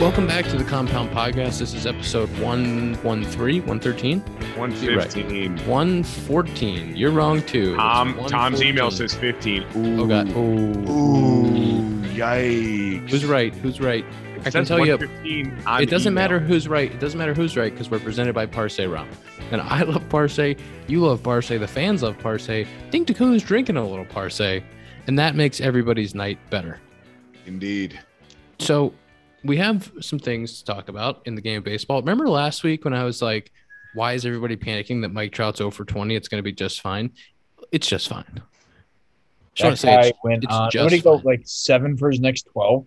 Welcome back to the Compound Podcast. This is episode 113, 113, 115. 114. You're wrong, too. It's Tom, Tom's 114. email says 15. Oh, God. Ooh. Oh. Ooh, yikes. Who's right? Who's right? It can says tell you- 115 on it doesn't email. matter who's right. It doesn't matter who's right because we're presented by Parse Rum. And I love Parse. You love Parse. The fans love Parse. Dink Dacoon's drinking a little Parse. And that makes everybody's night better. Indeed. So we have some things to talk about in the game of baseball. Remember last week when I was like, why is everybody panicking that Mike Trout's 0 for 20? It's going to be just fine. It's just fine. Just want That to say guy it's went on. just What did he go fine. like seven for his next twelve?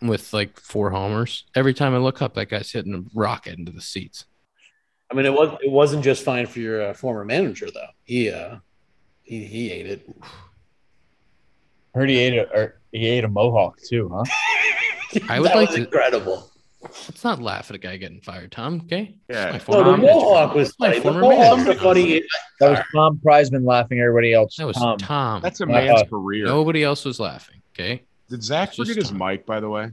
with like four homers. Every time I look up, that guy's hitting a rocket into the seats. I mean, it was it wasn't just fine for your uh, former manager though. He uh, he he ate it. I heard he ate a or he ate a mohawk too, huh? I would That like was to- incredible. Let's not laugh at a guy getting fired, Tom. Okay. Yeah. former No, the manager. Mohawk was My funny. The former Mohawk's a manager. funny. That was Tom Prizeman laughing. Everybody else. That was Tom. Tom. Um, That's a Uh, man's career. Nobody else was laughing. Okay. Did Zach It's just forget his time. mic, by the way?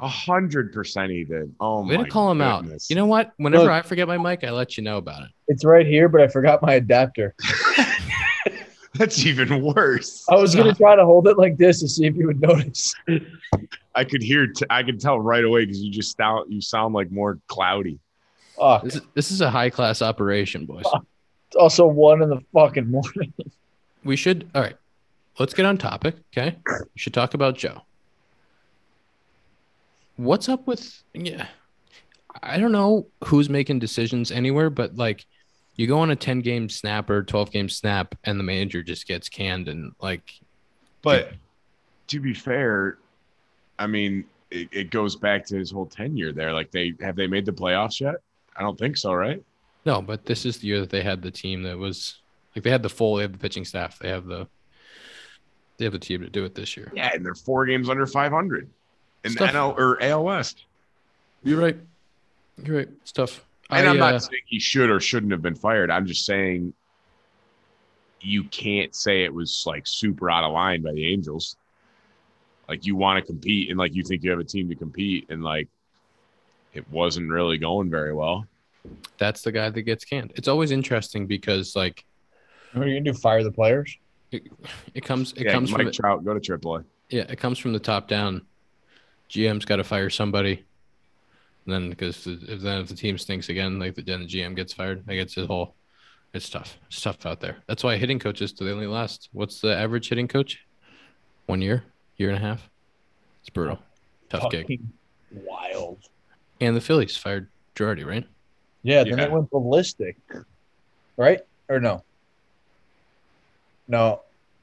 A hundred percent he did. Oh Way my to call him out. goodness. You know what? Whenever Look. I forget my mic, I let you know about it. It's right here, but I forgot my adapter. that's even worse. I was gonna try to hold it like this to see if you would notice. I could hear t- I could tell right away because you just sound you sound like more cloudy. Fuck. This is, this is a high class operation, boys. It's also one in the fucking morning. we should all right let's get on topic okay we should talk about joe what's up with yeah i don't know who's making decisions anywhere but like you go on a 10 game snap or 12 game snap and the manager just gets canned and like But to be fair, I mean, it, it goes back to his whole tenure there. Like they have they made the playoffs yet? I don't think so, right? no but this is the year that they had the team that was like they had the full they have the pitching staff they have the they have the team to do it this year Yeah, and they're four games under 500 in the Stuff. NL or AL West. you're right you're right it's tough And I, I, am uh, not saying he should or shouldn't have been fired. I'm just saying you can't say it was like super out of line by the Angels. Like you want to compete and like you think you have a team to compete and like it wasn't really going very well. that's the guy that gets canned it's always interesting because like What are you gonna do? Fire the players? It comes. It yeah, comes Mike from. The, Trout go to AAA. yeah, it comes from the top down. GM's got to fire somebody. And then, because if then if the team stinks again, like the, then the GM gets fired. Like it's a whole. It's tough. It's tough out there. That's why hitting coaches do they only last? What's the average hitting coach? One year, year and a half. It's brutal. Tough gig. Fucking Wild. And the Phillies fired Girardi, right? Yeah. Then Yeah. it went ballistic. Right or no? No,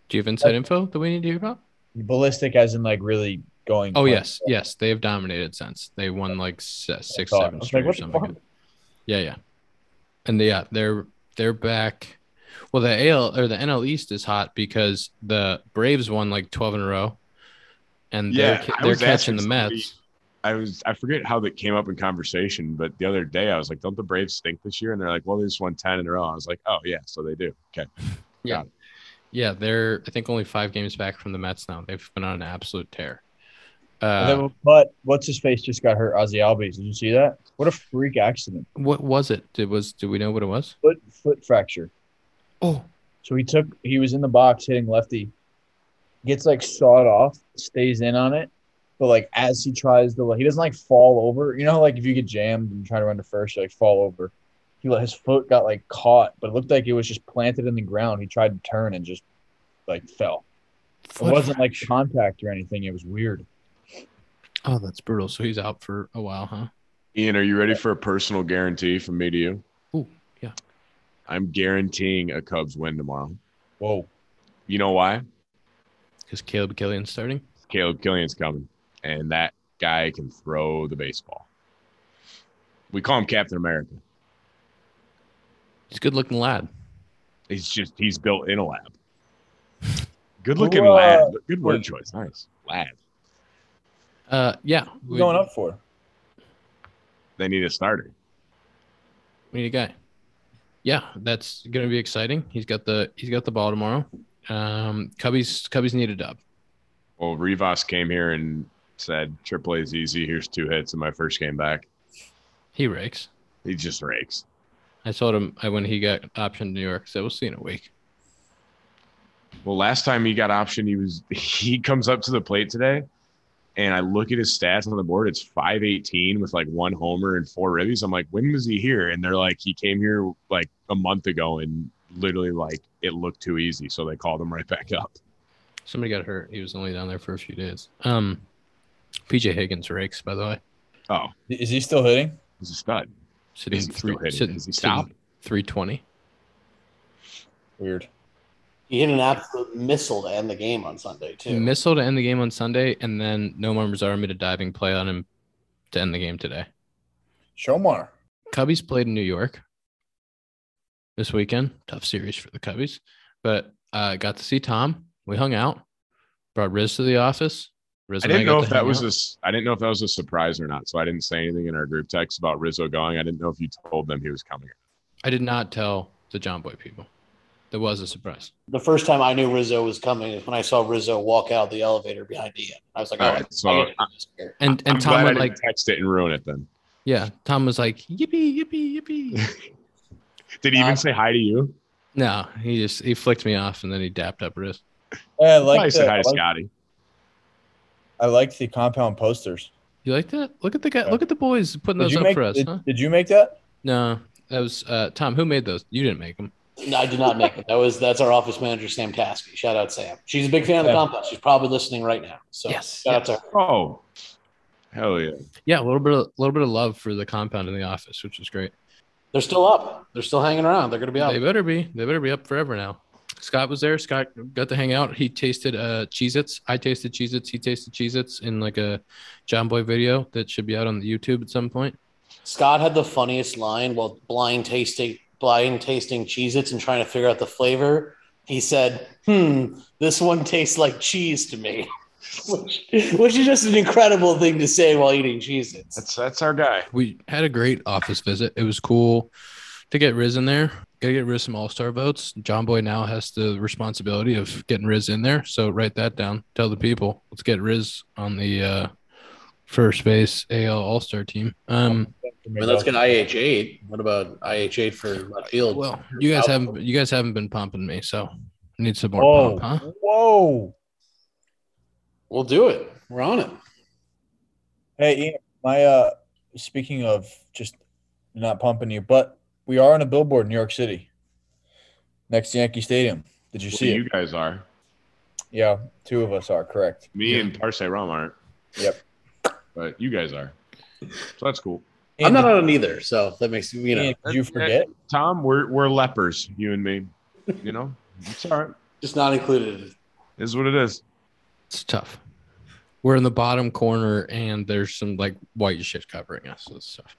Do you have inside info that we need to hear about? ballistic as in like really going. Oh for it. yes, yes, they have dominated since they won like se- six, thought- seven I was straight like, or what the something. fuck? Yeah, yeah, and they, yeah, they're they're back. Well, the AL or the NL East is hot because the Braves won like twelve in a row, and Yeah, they're ca- I they're was catching asking the somebody- Mets. I was I forget how that came up in conversation, but the other day I was like, "Don't the Braves stink this year?" And they're like, "Well, they just won ten in a row." I was like, "Oh yeah, so they do." Okay, Yeah, they're I think only five games back from the Mets now. They've been on an absolute tear. And Uh, then- but what's his face just got hurt? Ozzy Albies. Did you see that? What a freak accident! what was it? Did was do we know what it was? Foot foot fracture. Oh, So he took. He was in the box hitting lefty, gets like sawed off, stays in on it, but like as he tries to, he doesn't like fall over. You know, how, like if you get jammed and try to run to first, you like fall over. He let his foot got like caught, but it looked like it was just planted in the ground. He tried to turn and just like fell. It wasn't like contact or anything. It was weird. oh, that's brutal. So he's out for a while, huh? Ian, are you ready for a personal guarantee from me to you? Ooh, yeah. I'm guaranteeing a Cubs win tomorrow. Whoa. You know why? Because Caleb Killian's starting. Caleb Killian's coming, and that guy can throw the baseball. We call him Captain America. He's a good-looking lad. He's just he's built in a lab. Good looking Whoa. lad. Good word choice. Nice lad. Uh, yeah, Who's we, going up for? They need a starter. we need a guy. Yeah, that's gonna be exciting. He's got the he's got the ball tomorrow. Um, Cubbies Cubbies need a dub. Well, Rivas came here and said, "Triple A's easy. Here's two hits in my first game back." He rakes. He just rakes. I told him I, when he got optioned to New York, I said, we'll see in a week. Well, last time he got option, he was he comes up to the plate today, and I look at his stats on the board. It's five eighteen with like one homer and four ribbies. I'm like, when was he here? And they're like, he came here like a month ago, and literally like it looked too easy, so they called him right back up. Somebody got hurt. He was only down there for a few days. Um, PJ Higgins rakes, by the way. Oh, Is he still hitting? he's a stud. Sitting Is he still three, hitting? sitting, Is he sitting stopped? 320. Weird. He hit an absolute missile to end the game on Sunday too. Missile to end the game on Sunday, and then Nomar Mazar made a diving play on him to end the game today. Shomar. Cubbies played in New York this weekend. Tough series for the Cubbies, but uh, got to see Tom. We hung out. Brought Riz to the office. Riz I and didn't got know to if that hang was out. a s- I didn't know if that was a surprise or not. So I didn't say anything in our group text about Rizzo going. I didn't know if you told them he was coming. I did not tell the John Boy people. That was a surprise. The first time I knew Rizzo was coming is when I saw Rizzo walk out of the elevator behind Ian. I was like, All "Oh, right, I so gotta do this here." And and I'm Tom glad I was didn't like, text it and ruin it. Then yeah. Tom was like, yippee, yippee, yippee. did he Uh, even say hi to you? no, he just he flicked me off and then he dapped up Riz. Yeah, I Probably like said the, hi I to like, Scotty. I like the compound posters. You like that? Look at the guy. Look at the boys putting Did those you up make? for us. Did, huh? did you make that? No, that was uh, Tom. Who made those? You didn't make them. No, I did not make it. That was that's our office manager, Sam Caskey. Shout out Sam. She's a big fan of the Yeah. compound. She's probably listening right now. So Yes, shout out to her. Oh, hell yeah! Yeah, a little bit, a little bit of love for the compound in the office, which is great. They're still up. They're still hanging around. They're gonna be up. They better be. They better be up forever now. Scott was there. Scott got to hang out. He tasted uh Cheez Its. I tasted Cheez Its. He tasted Cheez Its in like a John Boy video that should be out on the YouTube at some point. Scott had the funniest line while blind tasting blind tasting Cheez Its and trying to figure out the flavor. He said, Hmm, this one tastes like cheese to me. which, which is just an incredible thing to say while eating Cheez Its. That's that's our guy. We had a great office visit. It was cool to get Riz in there. Gotta get Riz some all star votes. John Boy now has the responsibility of getting Riz in there. So write that down. Tell the people. Let's get Riz on the uh first base AL all star team. Um I mean, let's get IH eight. What about IH eight for left field? Well, you guys haven't you guys haven't been pumping me, so I need some more Whoa! pump, huh? Whoa! we'll do it. We're on it. Hey, Ian, my uh, speaking of just not pumping you, but we are on a billboard in New York City, next to Yankee Stadium. Did you Well, see you it? guys are. Yeah, two of us are correct. Me and Parsey Rom aren't. Yep. But you guys are. So that's cool. I'm not Ian, on it either, so that makes you know Ian, did you forget? Tom, we're we're lepers, you and me. You know, it's all right. just not included. This is what it is. It's tough. We're in the bottom corner, and there's some like white shit covering us. So it's tough.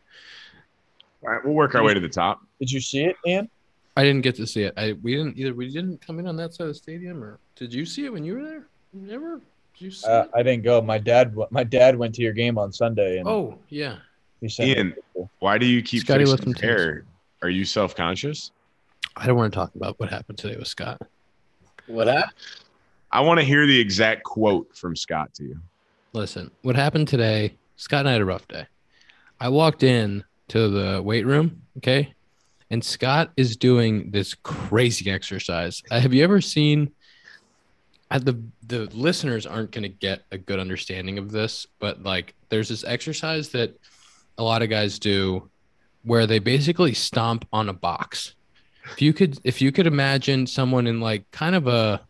All right, we'll work our way to the top. Did you see it, Ian? I didn't get to see it. I we didn't either. We didn't come in on that side of the stadium, or did you see it when you were there? Never. Did you see Uh, it? I didn't go. My dad. w- My dad went to your game on Sunday, and Oh yeah. he sent me a Ian. picture. Why do you keep Scotty fixing left him your hair? Are you self conscious? I don't want to talk about what happened today with Scott. What happened? I want to hear the exact quote from Scott to you. Listen, what happened today? Scott and I had a rough day. I walked in to the weight room, okay, and Scott is doing this crazy exercise. Uh, have you ever seen? uh, the the listeners aren't going to get a good understanding of this, but like, there's this exercise that a lot of guys do, where they basically stomp on a box. If you could, if you could imagine someone in like kind of a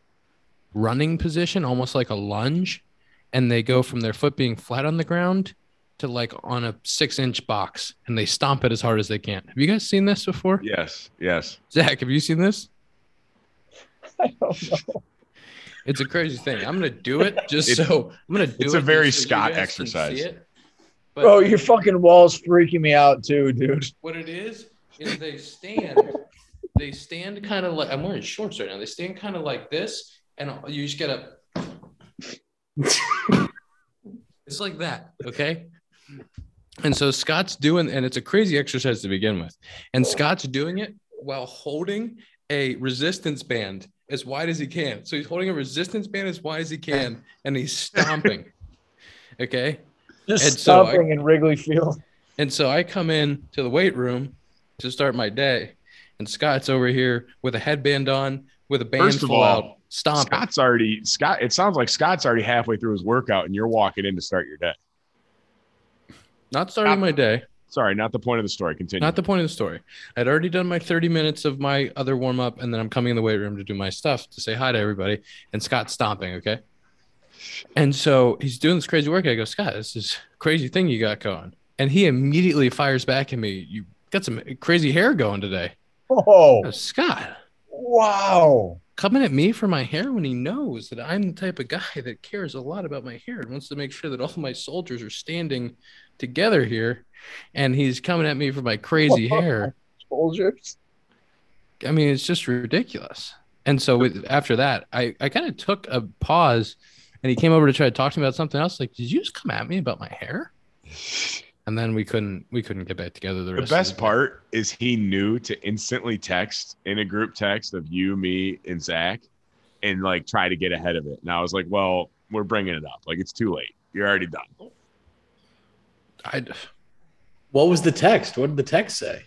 running position, almost like a lunge, and they go from their foot being flat on the ground to like on a six inch box and they stomp it as hard as they can. Have you guys seen this before? Yes, yes. Zach, have you seen this? I don't know. It's a crazy thing. I'm gonna do it just It's- so I'm gonna do it. it's a very just so you Scott guys can exercise. see it. But Bro, your fucking wall's freaking me out too, dude. what it is is they stand, they stand kind of like I'm wearing shorts right now. They stand kind of like this, and you just gotta. it's like that, okay? And so Scott's doing, and it's a crazy exercise to begin with. And Scott's doing it while holding a resistance band as wide as he can. So he's holding a resistance band as wide as he can, and he's stomping. Okay. Just And so I- stopping in Wrigley Field. And so I come in to the weight room to start my day, and Scott's over here with a headband on, with a band First of full all, out, stomping. Scott's already Scott. It sounds like Scott's already halfway through his workout, and you're walking in to start your day. Not starting Stop. my day. Sorry, not the point of the story. Continue. Not the point of the story. I'd already done my 30 minutes of my other warm up, and then I'm coming in the weight room to do my stuff to say hi to everybody. And Scott's stomping, okay? And so he's doing this crazy workout. I go, Scott, this is crazy thing you got going. And he immediately fires back at me, You got some crazy hair going today. I Oh, go, Scott, wow. coming at me for my hair when he knows that I'm the type of guy that cares a lot about my hair and wants to make sure that all my soldiers are standing together here. And he's coming at me for my crazy hair. Soldiers. I mean, it's just ridiculous. And so with, after that, I, I kind of took a pause and he came over to try to talk to me about something else. Like, did you just come at me about my hair? And then we couldn't we couldn't get back together. The, The rest of best day. part is he knew to instantly text in a group text of you, me, and Zach, and like try to get ahead of it. And I was like, well, we're bringing it up. Like it's too late. You're already done. I, What was the text? What did the text say?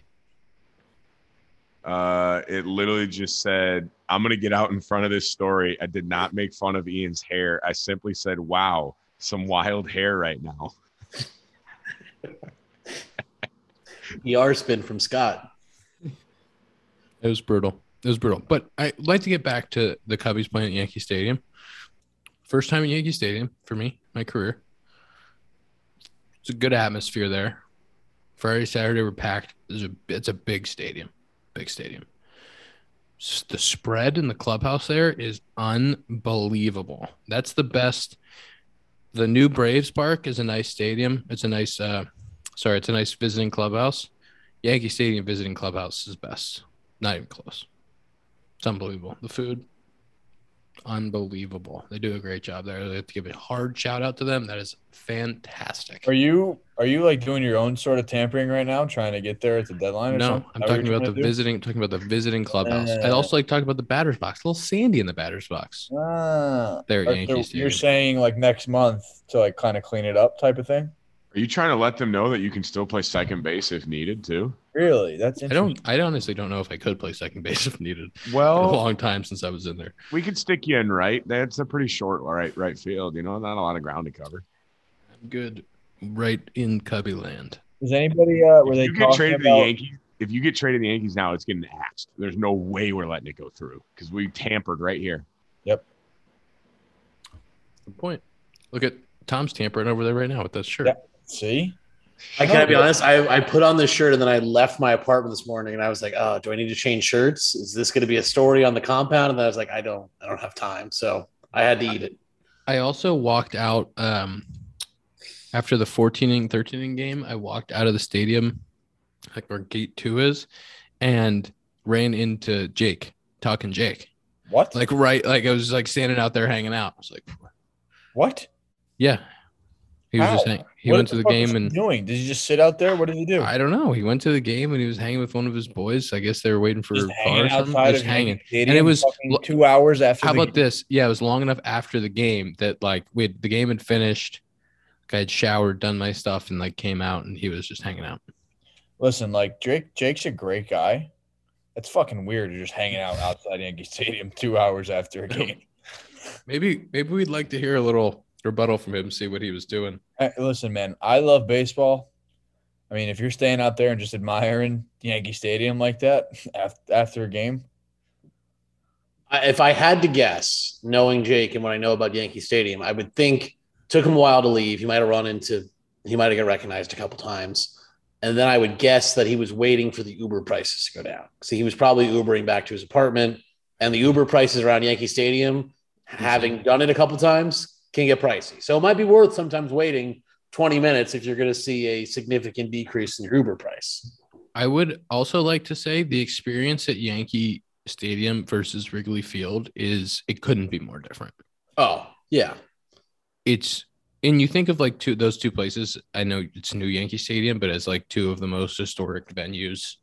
Uh, it literally just said, I'm gonna get out in front of this story. I did not make fun of Ian's hair. I simply said, wow, some wild hair right now. ER spin from Scott. it was brutal. It was brutal. But I like to get back to the Cubbies playing at Yankee Stadium. First time at Yankee Stadium for me, my career. It's a good atmosphere there. Friday, Saturday were packed. It's a it's a big stadium, big stadium. S- The spread in the clubhouse there is unbelievable. That's the best. The new Braves Park is a nice stadium. It's a nice, uh, sorry, it's a nice visiting clubhouse. Yankee Stadium visiting clubhouse is best. Not even close. It's unbelievable. The food, unbelievable. They do a great job there. I have to give a hard shout out to them. That is fantastic. Are you are you like doing your own sort of tampering right now, trying to get there at the deadline? Or No, something? I'm Is that what talking you're about the trying to do? visiting. Talking about the visiting clubhouse. Uh, I also like talking about the batter's box. A little Sandy in the batter's box. Ah. There, at Like, Yankee so Stadium. you're saying like next month to like kind of clean it up type of thing. Are you trying to let them know that you can still play second base if needed too? Really? That's I don't. I honestly don't know if I could play second base if needed. It's Oh. been a Well, long time since I was in there. we could stick you in right. That's a pretty short right right field, you know, not a lot of ground to cover. I'm good, right in Cubby Land. Was anybody? Uh, were If they you get talking traded to the about- Yankees, if you get traded to the Yankees now, it's getting axed. There's no way we're letting it go through because we tampered right here. Good point. Look at Tom's tampering over there right now with that shirt. Yeah. See, I gotta be honest. I, I put on this shirt and then I left my apartment this morning and I was like, oh, do I need to change shirts? Is this gonna be a story on the compound? And then I was like, I don't, I don't have time. So I had to eat it. I also walked out um, after the 14 inning, 13 inning game. I walked out of the stadium, like where gate two is, and ran into Jake talking Jake. what? Like right, like I was like standing out there hanging out. I was like, what? yeah. He was How? just hang- he What went to the fuck game was he and doing? Did he just sit out there? What did he do? I don't know. He went to the game and he was hanging with one of his boys. I guess they were waiting for a just car or hanging something. outside Just of hanging. hanging. And it was- two hours after. How the about game. this? Yeah, it was long enough after the game that like we had, the game had finished. Like, I had showered, done my stuff, and like came out, and he was just hanging out. Listen, like Jake. Jake's a great guy. It's fucking weird. You're just hanging out outside Yankee Stadium two hours after a game. Maybe maybe we'd like to hear a little rebuttal from him, see what he was doing. Hey, listen, man, I love baseball. I mean, if you're staying out there and just admiring Yankee Stadium like that after, after a game, I, if I had to guess, knowing Jake and what I know about Yankee Stadium, I would think took him a while to leave. He might have run into, he might have got recognized a couple times, and then I would guess that he was waiting for the Uber prices to go down. So he was probably Ubering back to his apartment, and the Uber prices around Yankee Stadium, having done it a couple times, can get pricey. So it might be worth sometimes waiting. 20 minutes if you're going to see a significant decrease in your Uber price. I would also like to say the experience at Yankee Stadium versus Wrigley Field is it couldn't be more different. Oh, yeah. it's and you think of like two those two places. I know it's New Yankee Stadium, but it's like two of the most historic venues.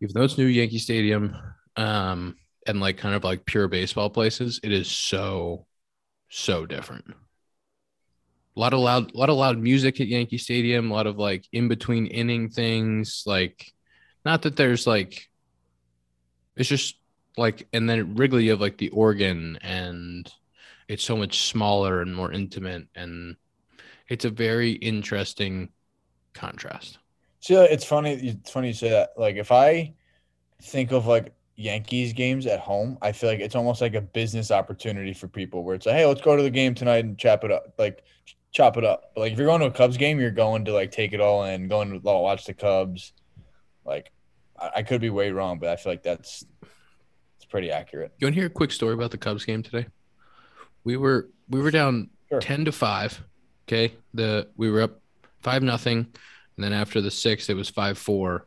Even though it's New Yankee Stadium, um, and like kind of like pure baseball places, it is so, so different. A lot of loud, lot of loud music at Yankee Stadium. A lot of like in between inning things. Like, not that there's like, it's just like, and then at Wrigley you have like the organ, and it's so much smaller and more intimate, and it's a very interesting contrast. See, like, it's funny. It's funny you say that. Like, if I think of like Yankees games at home, I feel like it's almost like a business opportunity for people where it's like, hey, let's go to the game tonight and chop it up, like chop it up. But like, if you're going to a Cubs game, you're going to like take it all in, going to oh, watch the Cubs. Like, I, I could be way wrong, but I feel like that's it's pretty accurate. You want to hear a quick story about the Cubs game today? We were we were down Sure. ten to five. Okay, the we were up five nothing, and then after the sixth it was five four,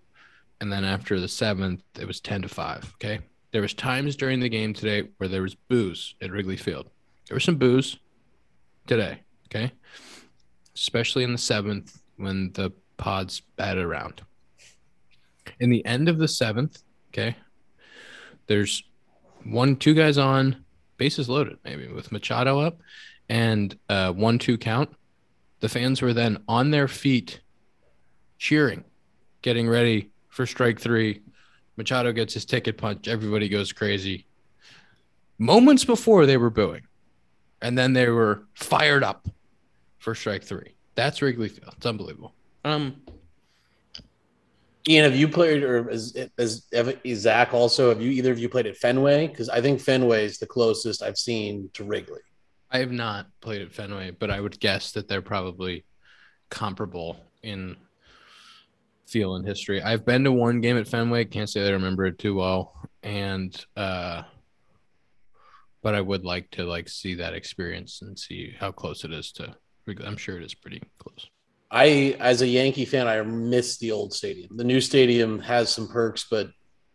and then after the seventh it was ten to five. Okay, there was times during the game today where there was booze at Wrigley Field. There was some booze today. Okay, especially in the seventh when the pods batted around. In the end of the seventh, okay, there's one, two guys on, bases loaded, maybe with Machado up, and uh, one, two count. The fans were then on their feet, cheering, getting ready for strike three. Machado gets his ticket punch. Everybody goes crazy. Moments before they were booing, and then they were fired up for strike three. That's Wrigley Field. It's unbelievable. Um, Ian, have you played, or is, is, is Zach also? Have you either of you played at Fenway? Because I think Fenway is the closest I've seen to Wrigley. I have not played at Fenway, but I would guess that they're probably comparable in feel and history. I've been to one game at Fenway. Can't say that I remember it too well, and uh, but I would like to like see that experience and see how close it is to. Wrigley. I'm sure it is pretty close. I, as a Yankee fan, I miss the old stadium. The new stadium has some perks, but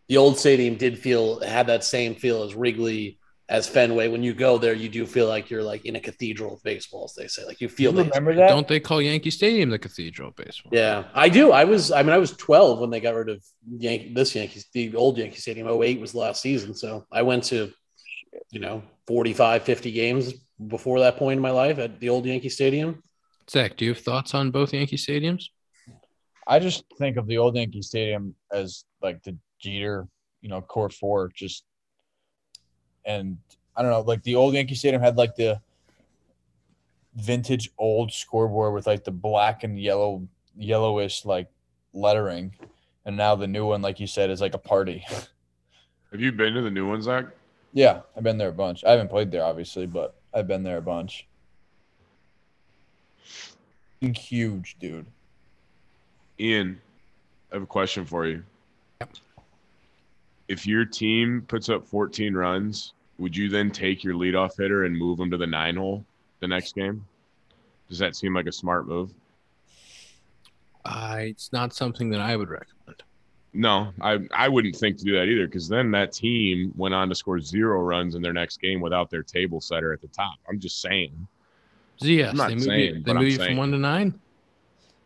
the old stadium did feel had that same feel as Wrigley, as Fenway. When you go there, you do feel like you're like in a cathedral of baseball, as they say. Like you You feel. the- remember that? Don't they call Yankee Stadium the Cathedral of Baseball? Yeah, I do. I was. I mean, I was 12 when they got rid of Yankee, this Yankees, the old Yankee Stadium. 08 was the last season, so I went to, you know, 45, 50 games before that point in my life at the old Yankee Stadium. Zach, do you have thoughts on both Yankee stadiums? I just think of the old Yankee Stadium as like the Jeter, you know, core four, just and I don't know, like the old Yankee Stadium had like the vintage old scoreboard with like the black and yellow, yellowish like lettering, and now the new one, like you said, is like a party. Have you been to the new one, Zach? yeah, I've been there a bunch. I haven't played there obviously, but I've been there a bunch. Huge, dude. Ian, I have a question for you. If your team puts up 14 runs, would you then take your leadoff hitter and move him to the nine hole the next game? Does that seem like a smart move? I, it's not something that I would recommend. No, I I wouldn't think to do that either because then that team went on to score zero runs in their next game without their table setter at the top. I'm just saying. ZS, I'm not they move saying, you, they but I'm move you from saying. one to nine.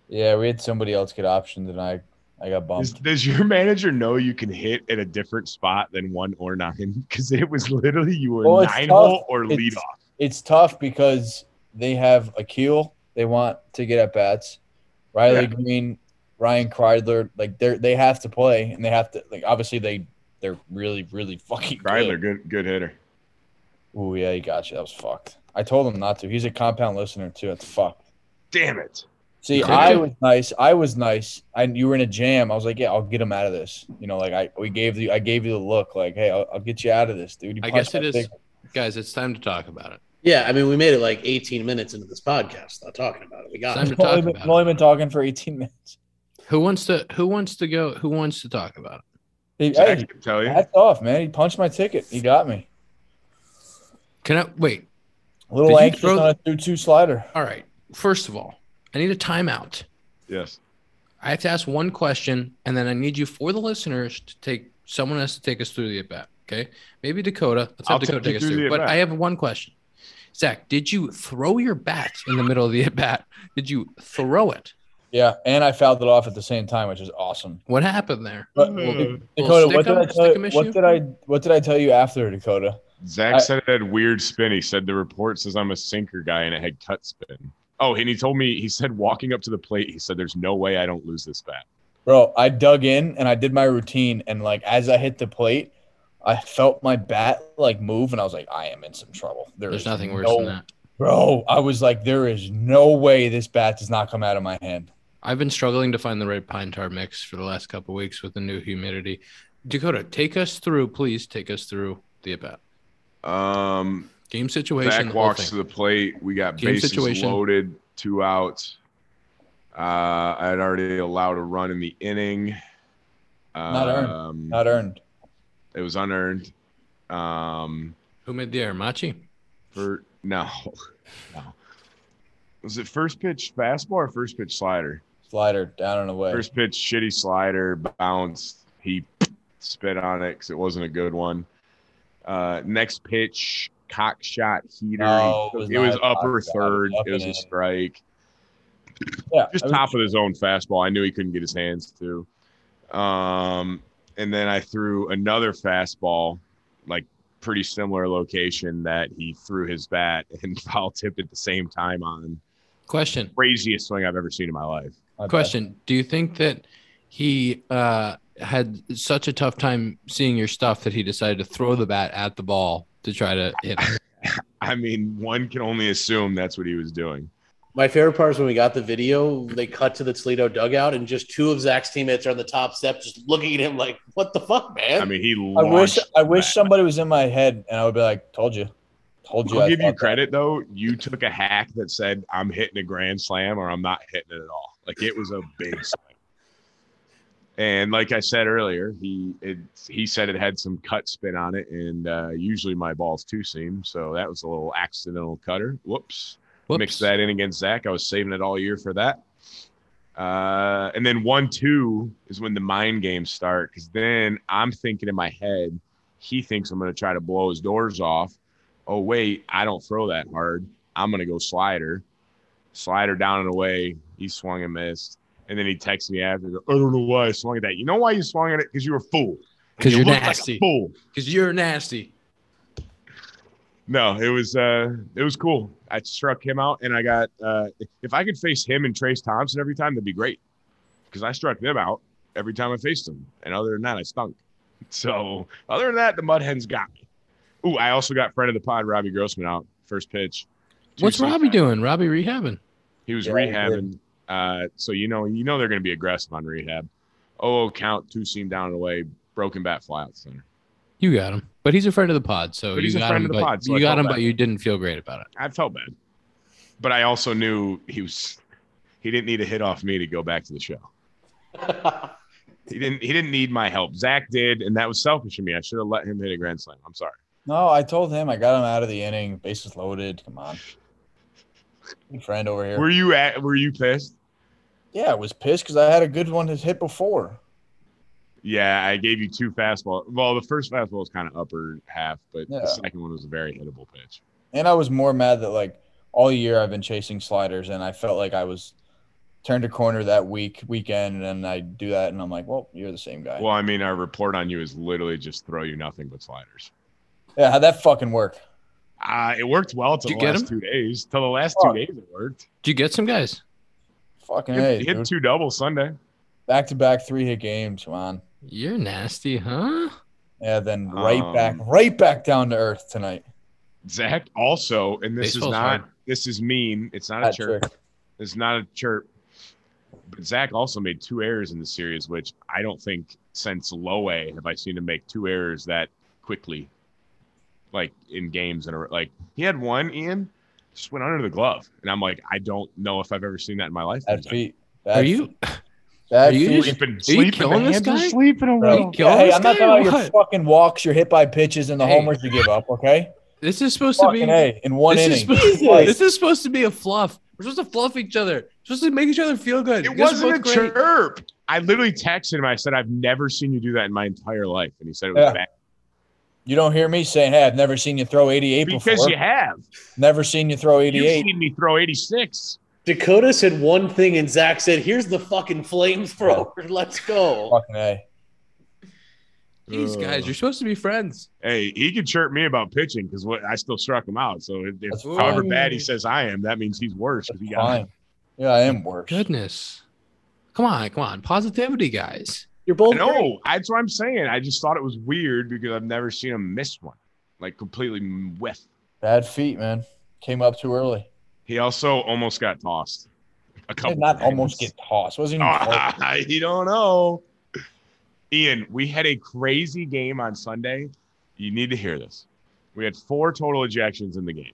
Yeah, we had somebody else get optioned, and I, I got bumped. Does, does your manager know you can hit at a different spot than one or nine? Because it was literally you were Well, it's nine tough. hole or It's- leadoff. it's tough because they have Akil. They want to get at bats. Riley Yeah. Green, Ryan Kreidler, like they are they have to play and they have to like obviously they they're really really fucking Kreidler, Good. good good hitter. Oh yeah, he got you. That was fucked. I told him not to. He's a compound listener too. That's fucked. Damn it. See, Okay. I was nice. I was nice. I you were in a jam. I was like, yeah, I'll get him out of this. You know, like I we gave you I gave you the look like, hey, I'll, I'll get you out of this, dude. You I punched guess it my is- dick. Guys, it's time to talk about it. Yeah, I mean, we made it like 18 minutes into this podcast, not talking about it. We got Time to it. We've only talk been- about we've it. only been talking for 18 minutes. Who wants to? Who wants to go? Who wants to talk about it? Hey, Zach hey, can tell you. That's off, man. He punched my ticket. He got me. Can I wait? A little Did you anxious throw- on a two-two slider. All right. First of all, I need a timeout. Yes. I have to ask one question, and then I need you for the listeners to take someone has to take us through the at bat. Okay, maybe Dakota. Let's have I'll Dakota take you take us through through. the But at-bat. I have one question. Zach, did you throw your bat in the middle of the at bat? Did you throw it? Yeah, and I fouled it off at the same time, which is awesome. What happened there? But Mm-hmm. Hmm. Dakota, what did stick-em- I tell stick-em you? What issue? did I what did I tell you after Dakota? Zach I- said it had weird spin. He said the report says I'm a sinker guy and it had cut spin. Oh, and he told me he said walking up to the plate, he said, "There's no way I don't lose this bat." Bro, I dug in and I did my routine, and like as I hit the plate, I felt my bat like move, and I was like, I am in some trouble. There There's is nothing worse no- than that. Bro, I was like, there is no way this bat does not come out of my hand. I've been struggling to find the right pine tar mix for the last couple weeks with the new humidity. Dakota, take us through, please. Take us through the at bat Um, game situation. back the whole walks to thing. the plate. We got Game bases situation. loaded, two outs. Uh, I had already allowed a run in the inning. Um, Not earned. Not earned. It was unearned. Um, Who made the error? Machi. for no, no. Was it first pitch fastball or first pitch slider? Slider down and away. First pitch shitty slider bounced. He spit on it because it wasn't a good one. Uh, next pitch cock shot heater. No, it it was, was not a cock upper shot. It was third. up It was and a in. strike. yeah, just I was- top of his own fastball. I knew he couldn't get his hands to. Um, and then I threw another fastball, like pretty similar location that he threw his bat and foul tipped at the same time on. Question. Craziest swing I've ever seen in my life. my bad. Question. Do you think that he uh, had such a tough time seeing your stuff that he decided to throw the bat at the ball to try to hit it? I mean, one can only assume that's what he was doing. My favorite part is when we got the video, they cut to the Toledo dugout, and just two of Zach's teammates are on the top step, just looking at him like, what the fuck, man? I mean, he. I wish Launched I wish that. somebody was in my head and I would be like, told you. Told you. I'll I give you thought that." credit though. You took a hack that said I'm hitting a grand slam or I'm not hitting it at all. Like it was a big slam. And like I said earlier, he it, he said it had some cut spin on it, and uh, usually my ball's two seam, so that was a little accidental cutter. Whoops. Whoops. Mixed that in against Zach. I was saving it all year for that. Uh, and then one two is when the mind games start because then I'm thinking in my head, he thinks I'm going to try to blow his doors off. Oh wait, I don't throw that hard. I'm going to go slider, slider down and away. He swung and missed. And then he texts me after. I don't know why I swung at that. You know why you swung at it? Because you were a fool. Because You you're looked like a nasty. fool. Because you're nasty. No, it was uh it was cool. I struck him out and I got uh if I could face him and Trace Thompson every time, that'd be great. Because I struck them out every time I faced them. And other than that, I stunk. So other than that, the mud hens got me. Ooh, I also got friend of the pod, Robbie Grossman out, first pitch. Two What's seam Robbie pass. doing? Robbie rehabbing. He was Yeah, he did. rehabbing. Uh so you know you know they're gonna be aggressive on rehab. Oh count, two seam down and away, broken bat fly out center. You got him, but he's a friend of the pod, so But you he's a got friend him. of the but pod, so you I got felt him, bad. but you didn't feel great about it. I felt bad, but I also knew he was he didn't need a hit off me to go back to the show. He didn't he didn't need my help. Zach did, and that was selfish of me. I should have let him hit a grand slam. I'm sorry. No, I told him I got him out of the inning, bases loaded. Come on. Good friend over here. Were you at? Were you pissed? yeah, I was pissed because I had a good one to hit before. Yeah, I gave you two fastball. Well, the first fastball was kind of upper half, but Yeah. the second one was a very hittable pitch. And I was more mad that like all year I've been chasing sliders and I felt like I was turned a corner that week weekend and I do that and I'm like, well, you're the same guy. Well, I mean, our report on you is literally just throw you nothing but sliders. yeah, how'd that fucking work? Uh, it worked well till Did the you get last him? two days. Till the last Oh. two days, it worked. Did you get some guys? Fucking He hit- hey, he hit dude. two doubles Sunday. back to back three hit games, come on. You're nasty, huh? Yeah, then right back, Um, right back down to earth tonight. Zach also, and this Baseball's is not hard. this is mean. It's not a Hat chirp. trick. It's not a chirp. But Zach also made two errors in the series, which I don't think since Lowe have I seen him make two errors that quickly, like in games and like he had one. Ian just went under the glove, and I'm like, I don't know if I've ever seen that in my life. Bad feet. Bad Are you? Bad are you feet. just- sleeping? you Sleeping? killing the this hands are guy? Sleeping Bro, away. kill hey, this I'm not guy or talking about your what? fucking walks, your hit by pitches, and the Hey. homers you give up. Okay, This is supposed to be. fucking hey, in one this, inning. is supposed, this is supposed to be a fluff. We're supposed to fluff each other. We're supposed to make each other feel good. It You guys are wasn't a both great. chirp. I literally texted him. I said, I've never seen you do that in my entire life, and he said it was Yeah. bad You don't hear me saying, "Hey, I've never seen you throw 88 because before. you have. never seen you throw You've 88." seen me throw 86. Dakota said one thing, and Zach said, here's the fucking flamethrower. Let's go. Fucking hey, These guys, Ugh. you're supposed to be friends. Hey, he could chirp me about pitching because what I still struck him out. So it, if, That's however fine. bad he says I am, that means he's worse because he got Fine. Yeah, I am worse. Goodness. Come on, come on. Positivity, guys. You're both great. No, that's what I'm saying. I just thought it was weird because I've never seen him miss one, like completely whiff. Bad feet, man. Came up too early. He also almost got tossed. A couple. Did not times. almost get tossed. Wasn't even close. Ah, you don't know. Ian, we had a crazy game on Sunday. You need to hear this. We had four total ejections in the game.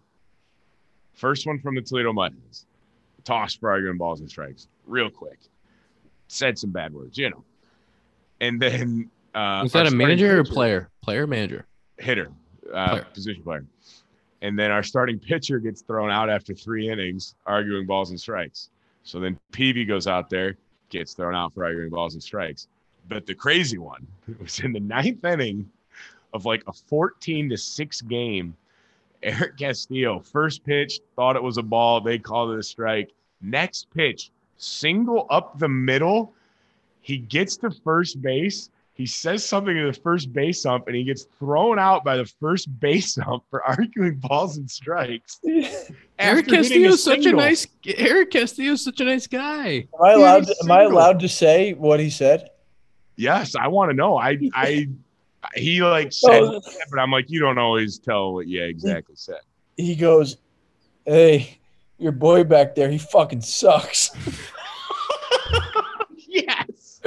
First one from the Toledo Mudhens. Toss for arguing balls and strikes, real quick. Said some bad words, you know. And then Is uh, our that a starting manager or pitcher- player? Player manager. hitter, uh, Player. position player. And then our starting pitcher gets thrown out after three innings, arguing balls and strikes. So then Peavy goes out there, gets thrown out for arguing balls and strikes. But the crazy one was in the ninth inning of like a 14 to 6 game. Eric Castillo, first pitch, thought it was a ball. They called it a strike. Next pitch, single up the middle. He gets to first base. He says something to the first base ump, and he gets thrown out by the first base ump for arguing balls and strikes. Eric After hitting Castillo's such a single. nice Eric Castillo's such a nice guy. Am I Yeah, allowed? he's am I single. allowed to say what he said? Yes, I want to know. I, I, he like said, So that, but I'm like, you don't always tell what you exactly said. he goes, "Hey, your boy back there, he fucking sucks." Yes.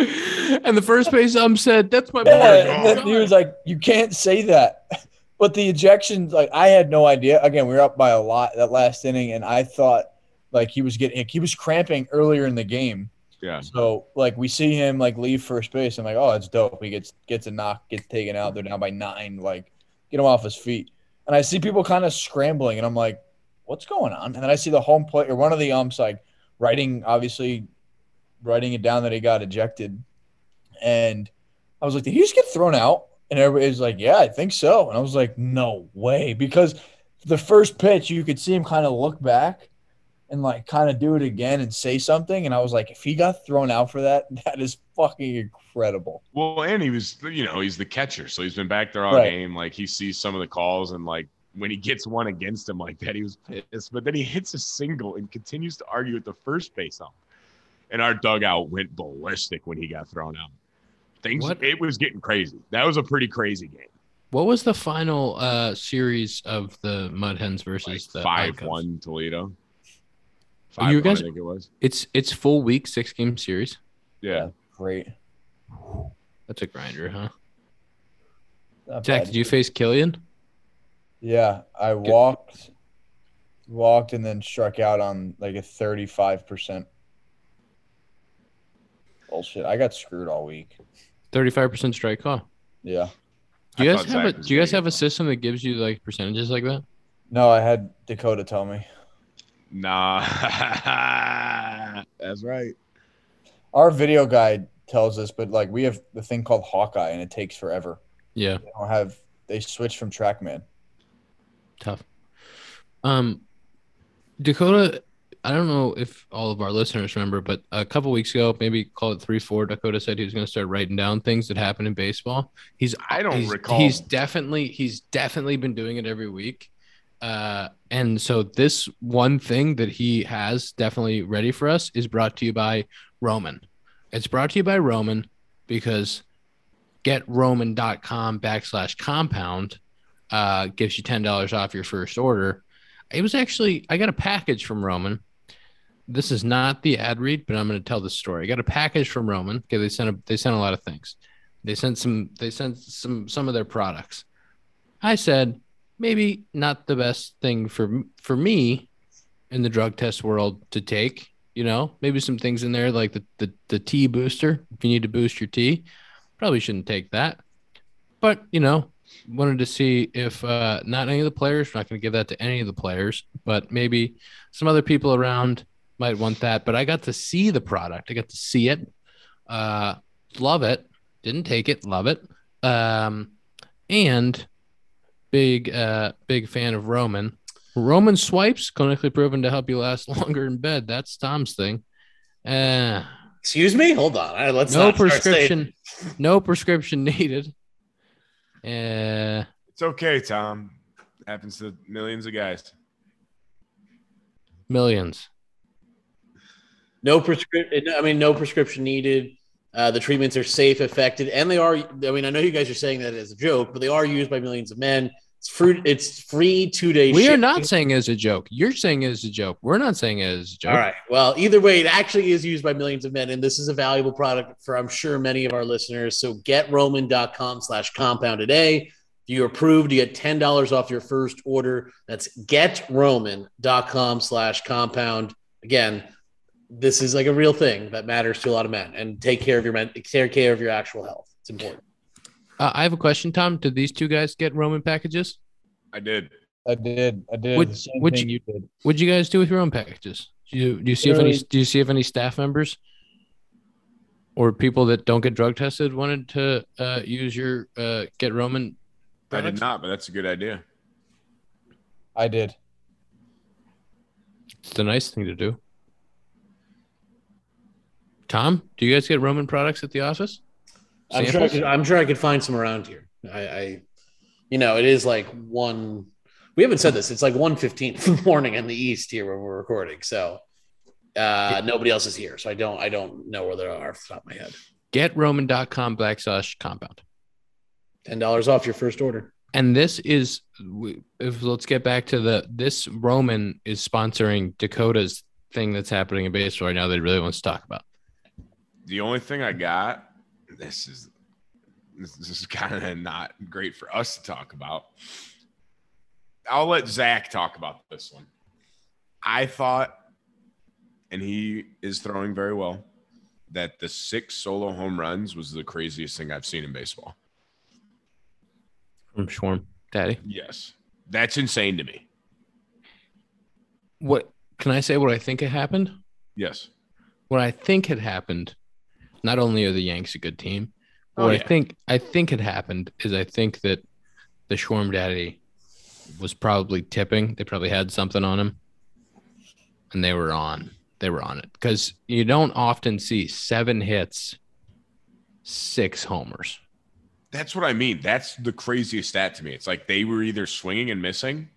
And the first base um said, That's my boy. Yeah, Oh, and then God. he was like, "You can't say that." But the ejections, like I had no idea. Again, we were up by a lot that last inning, and I thought like he was getting he was cramping earlier in the game. Yeah. So like we see him like leave first base. I'm like, oh, it's dope. He gets gets a knock, gets taken out. They're down by nine. Like get him off his feet. And I see people kind of scrambling, and I'm like, what's going on? And then I see the home plate or one of the umps like writing, obviously writing it down that he got ejected. And I was like, did he just get thrown out? And everybody's like, yeah, I think so. And I was like, no way, because the first pitch you could see him kind of look back and like kind of do it again and say something. And I was like, if he got thrown out for that, that is fucking incredible. Well, and he was, you know, he's the catcher, so he's been back there all Right. game. Like he sees some of the calls, and like when he gets one against him like that, he was pissed. But then he hits a single and continues to argue with the first base ump. And our dugout went ballistic when he got thrown out. Things What? it was getting crazy. That was a pretty crazy game. What was the final uh series of the Mud Hens Like versus the five Outcomes? one Toledo. Are you Five-one, guys- I think it was. It's it's full week, six game series. Yeah. Great. That's a grinder, huh? Not Zach, bad. did you face Killian? Yeah, I walked, walked, and then struck out on like a thirty-five percent. Bullshit! I got screwed all week. Thirty-five percent strike call. Yeah. Do you I guys thought have a Zach was Do you guys big. have a system that gives you like percentages like that? No, I had Dakota tell me. Nah. That's right. Our video guide tells us, but like we have the thing called Hawkeye, and it takes forever. Yeah, They don't have. They switched from TrackMan. tough. Um, Dakota, I don't know if all of our listeners remember, but a couple weeks ago, maybe call it three four. Dakota said he was going to start writing down things that happen in baseball. He's I don't he's, recall. He's definitely he's definitely been doing it every week. Uh, and so this one thing that he has definitely ready for us is brought to you by Roman. It's brought to you by Roman because getroman.com backslash compound uh, gives you ten dollars off your first order. It was actually I got a package from Roman. This is not the ad read, but I'm going to tell the story. I got a package from Roman. Okay, they sent a they sent a lot of things. They sent some they sent some some of their products. I said maybe not the best thing for for me in the drug test world to take. You know, maybe some things in there like the the, the tea booster. If you need to boost your tea, probably shouldn't take that. But you know, wanted to see if uh, not any of the players. We're not going to give that to any of the players, but maybe some other people around might want that. But I got to see the product. I got to see it. Uh, love it. Didn't take it. Love it. Um, and big, uh, big fan of Roman. Roman swipes clinically proven to help you last longer in bed. That's Tom's thing. Uh, Excuse me. Hold on. All right, let's no not start saying- prescription, no prescription needed. Eh, It's okay, Tom. Happens to millions of guys. millions. No prescription. I mean, no prescription needed. Uh, the treatments are safe, effective, and they are. I mean, I know you guys are saying that as a joke, but they are used by millions of men. It's fruit. It's free two days. We are not saying it as a joke. You're saying it as a joke. We're not saying it as a joke. All right. Well, either way, it actually is used by millions of men, and this is a valuable product for I'm sure many of our listeners. So get Roman.com slash compound today. If you approved, you get ten dollars off your first order. That's getroman.com slash compound. Again, this is like a real thing that matters to a lot of men. And take care of your men, take care of your actual health. It's important. Uh, I have a question, Tom. Did these two guys get Roman packages? I did. I did. I did. Would- the same would thing you- did. What would you guys do with your own packages? Do you, do you see if any Uh, Literally- do you see if any staff members or people that don't get drug tested wanted to uh, use your uh, get Roman? I did products? not, but that's a good idea. I did. It's the nice thing to do. Tom, do you guys get Roman products at the office? I'm sure, I Samples? could, I'm sure I could find some around here. I, I, you know, it is like one. We haven't said this. It's like one fifteen in the morning in the east here when we're recording. So uh, nobody else is here. So I don't. I don't know where they are off the top of my head. GetRoman.com backslash compound. Ten dollars off your first order. And this is, we- if let's get back to the, this Roman is sponsoring Dakota's thing that's happening in baseball right now that he really wants to talk about. The only thing I got, this is this, this is kind of not great for us to talk about. I'll let Zach talk about this one. I thought, and he is throwing very well, that the six solo home runs was the craziest thing I've seen in baseball. From Schwarm Daddy. Yes. That's insane to me. What can I say? What I think had happened? Yes. What I think had happened, not only are the Yanks a good team, but Oh, what I yeah. think I think had happened is I think that the Schwarm Daddy was probably tipping. They probably had something on him, and they were on. They were on it because you don't often see seven hits, six homers. That's what I mean. That's the craziest stat to me. It's like they were either swinging and missing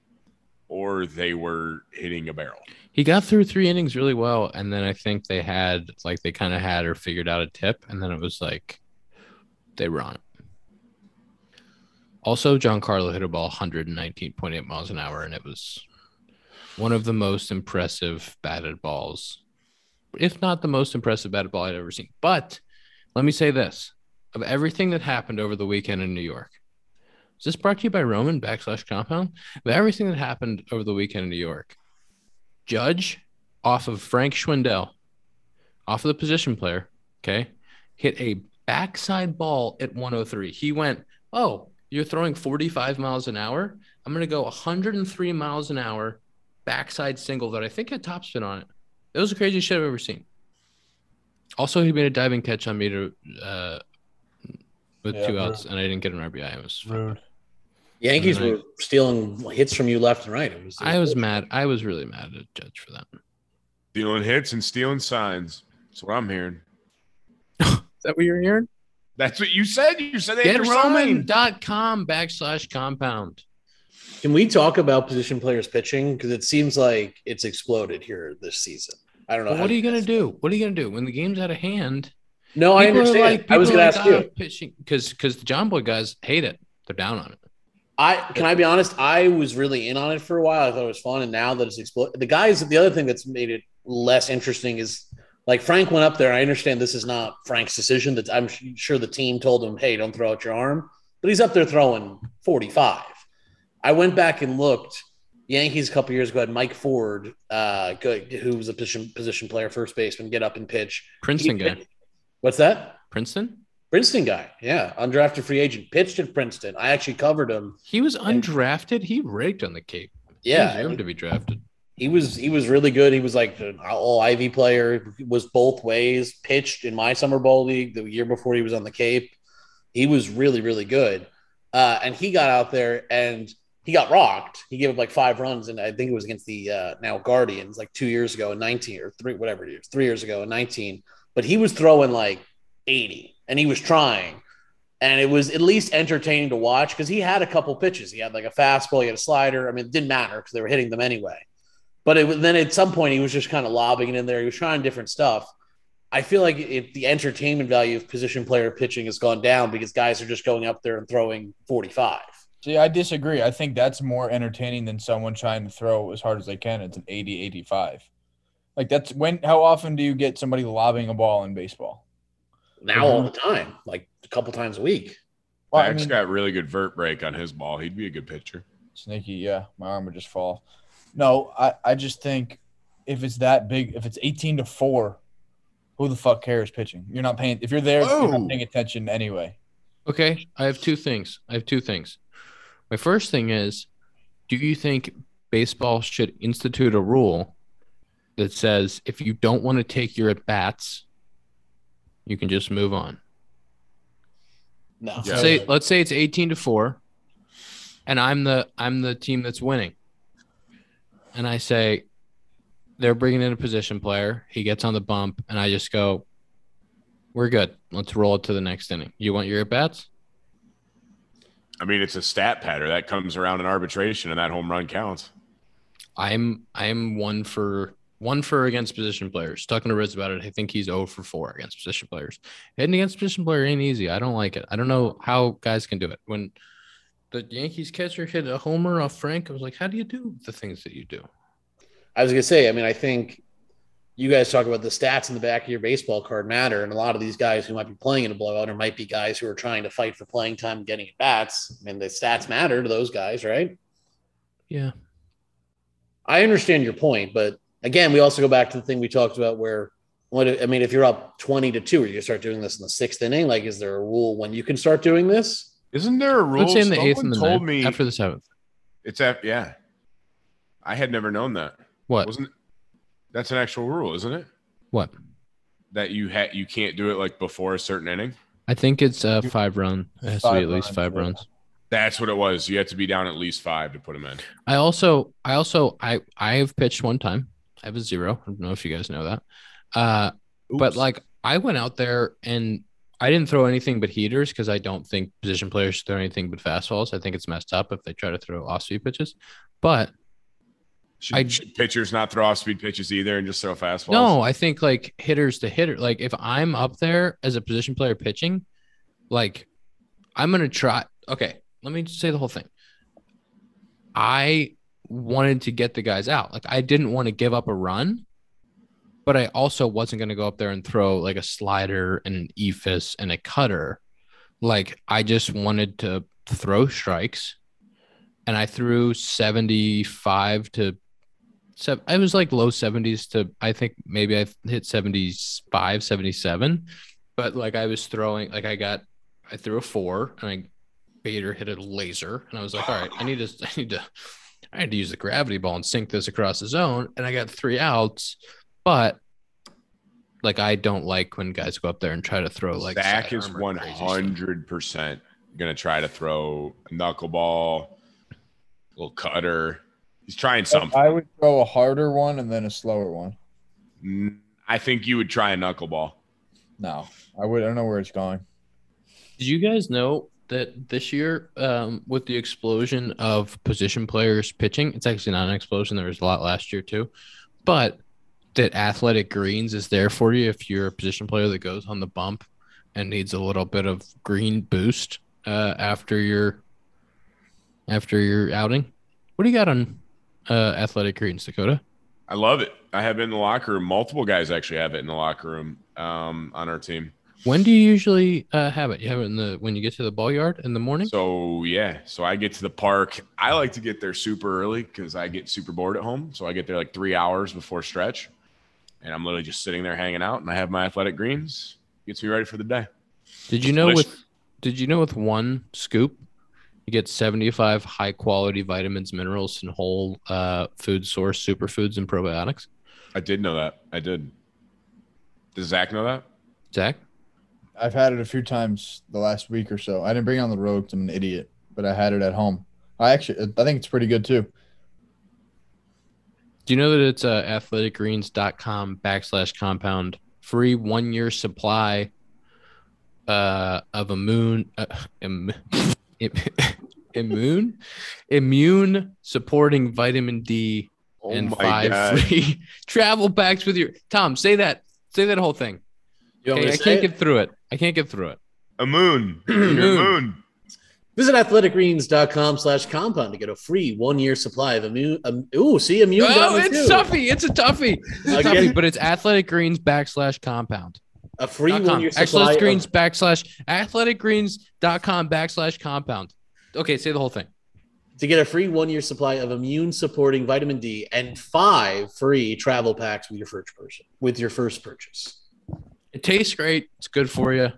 or they were hitting a barrel. He got through three innings really well, and then I think they had like they kind of had or figured out a tip, and then it was like they were on it. Also, John Carlo hit a ball 119.8 miles an hour, and it was one of the most impressive batted balls, if not the most impressive batted ball I'd ever seen. But let me say this: of everything that happened over the weekend in New York, is this brought to you by Roman backslash Compound? Of everything that happened over the weekend in New York. Judge off of Frank Schwindel, off of the position player, okay, hit a backside ball at 103. He went, Oh, you're throwing 45 miles an hour? I'm going to go 103 miles an hour backside single that I think had topspin on it. It was the craziest shit I've ever seen. Also, he made a diving catch on me to, uh, with Yeah, two bro. outs, and I didn't get an RBI. It was Rude. Yankees Right. were stealing hits from you left and right. It was. I was mad. I was really mad at Judge for that. Is Stealing hits and stealing signs. That's what I'm hearing. that what you're hearing? That's what you said. You said they were signing. GetRoman.com backslash compound. Can we talk about position players pitching? Because it seems like it's exploded here this season. I don't know. But how what are you guys- gonna do? What are you gonna do when the game's out of hand? No, Oh, I people are understand. I people was are going to ask "Ah, you. pitching because because the John Boy guys hate it. They're down on it. I can I be honest? I was really in on it for a while. I thought it was fun, and now that it's exploded, the guys. The other thing that's made it less interesting is like Frank went up there. I understand this is not Frank's decision. That I'm sh- sure the team told him, "Hey, don't throw out your arm," but he's up there throwing 45. I went back and looked. Yankees a couple years ago had Mike Ford, uh, good, who was a position position player, first baseman, get up and pitch. Princeton He- guy. What's that? Princeton? Princeton guy. Yeah, undrafted free agent, pitched at Princeton. I actually covered him. He was undrafted. He raked on the Cape. He Yeah, deserved to be drafted. he was he was really good. He was like an all Ivy player. Was both ways pitched in my summer ball league the year before he was on the Cape. He was really really good, uh, and he got out there and he got rocked. He gave up like five runs, and I think it was against the uh, now Guardians like two years ago in nineteen or three whatever it is three years ago in nineteen. But he was throwing like eighty, and he was trying. and it was at least entertaining to watch because he had a couple pitches. He had like a fastball, he had a slider. I mean, it didn't matter because they were hitting them anyway. But it, was- then at some point, he was just kind of lobbing it in there. He was trying different stuff. I feel like it, the entertainment value of position player pitching has gone down because guys are just going up there and throwing 45. See, I disagree. I think that's more entertaining than someone trying to throw as hard as they can. It's an 80 85. Like, that's when, how often do you get somebody lobbing a ball in baseball? Now all the time, like a couple times a week. Well, I Max mean, got really good vert break on his ball. He'd be a good pitcher. sneaky, yeah, my arm would just fall. No, I, I just think if it's that big, if it's 18 to 4, who the fuck cares pitching? You're not paying, if you're there, you're Whoa. not paying attention anyway. Okay, I have two things. I have two things. My first thing is, do you think baseball should institute a rule that says if you don't want to take your at bats, you can just move on? No. Yeah. Let's say let's say it's 18 to 4 and I'm the I'm the team that's winning. And I say they're bringing in a position player, he gets on the bump and I just go we're good. Let's roll it to the next inning. You want your at bats? I mean, it's a stat pattern that comes around in arbitration, and that home run counts. I'm I'm one for one for against position players. Talking to Riz about it, I think he's 0 for 4 against position players. Hitting against position player ain't easy. I don't like it. I don't know how guys can do it. When the Yankees catcher hit a homer off Frank, I was like, how do you do the things that you do? I was gonna say, I mean, I think you guys talk about the stats in the back of your baseball card matter, and a lot of these guys who might be playing in a blowout or might be guys who are trying to fight for playing time, and getting at bats. I mean, the stats matter to those guys, right? Yeah. I understand your point, but again, we also go back to the thing we talked about where what I mean, if you're up twenty to two, or you start doing this in the sixth inning, like, is there a rule when you can start doing this? Isn't there a rule? Let's say in the eighth Someone and the told ninth, me after the seventh. it's at yeah. I had never known that. What? Wasn't that's an actual rule, isn't it? What? That you ha- you can't do it like before a certain inning. I think it's uh, five run. It has to be Five at least runs, five yeah. runs. That's what it was. You had to be down at least five to put him in. I also, I also, I, I have pitched one time. I have a zero. I don't know if you guys know that. Uh, but Oops. like I went out there and I didn't throw anything but heaters because I don't think position players should throw anything but fastballs. I think it's messed up if they try to throw off speed pitches. But should, I- should pitchers not throw off speed pitches either and just throw fastballs? No, I think like hitters to hitter. Like if I'm up there as a position player pitching, like I'm gonna try. Okay, let me just say the whole thing. I wanted to get the guys out. Like I didn't want to give up a run, but I also wasn't gonna go up there and throw like a slider and an E ephus and a cutter. Like I just wanted to throw strikes, and I threw seventy five to seven, I was like low 70s to I think maybe I hit 75, 77. But like I was throwing, like I got, I threw a four and I Bader hit a laser and I was like, all right, I need to, I need to, I need to use the gravity ball and sink this across the zone. And I got three outs, but like I don't like when guys go up there and try to throw like Zach side is armor one and crazy stuff. hundred percent gonna try to throw a knuckleball, little cutter. He's trying something. I would throw a harder one and then a slower one. Mm, I think you would try a knuckleball. No, I would. I don't know where it's going. Did you guys know that this year, um, with the explosion of position players pitching, it's actually not an explosion. There was a lot last year too, but that athletic greens is there for you if you're a position player that goes on the bump and needs a little bit of green boost uh, after your after your outing. What do you got on uh, athletic greens, Dakota? I love it. I have it in the locker room. Multiple guys actually have it in the locker room um, on our team. When do you usually uh, have it? You have it in the when you get to the ball yard in the morning. So yeah, so I get to the park. I like to get there super early because I get super bored at home. So I get there like three hours before stretch, and I'm literally just sitting there hanging out. And I have my athletic greens. Gets me ready for the day. Did you know Delicious. with did you know with one scoop you get 75 high quality vitamins, minerals, and whole uh, food source superfoods and probiotics? I did know that. I did. Does Zach know that? Zach, I've had it a few times the last week or so. I didn't bring it on the road 'cause I'm an idiot, but I had it at home. I actually, I think it's pretty good too. do you know that it's uh, athleticgreens.com backslash compound free one year supply uh, of a moon, uh, im- im- immune, immune supporting vitamin D Oh and my five god! free travel packs with your Tom. Say that. Say that whole thing. You want Okay, me I to say can't it? get through it. I can't get through it. A moon. You're a Moon. moon. Visit athletic greens. Greens.com slash compound to get a free one year supply of immune. Um, ooh, see, immune. got Oh, me it's too. toughy. It's a toughie. It's a Again? toughie, but it's athletic greens backslash compound. A free dot com. one year supply. Athletic of- greens backslash athleticgreens.com backslash compound. Okay, say the whole thing. to get a free one year supply of immune supporting vitamin D and five free travel packs with your first purchase. With your first purchase. It tastes great. It's good for you.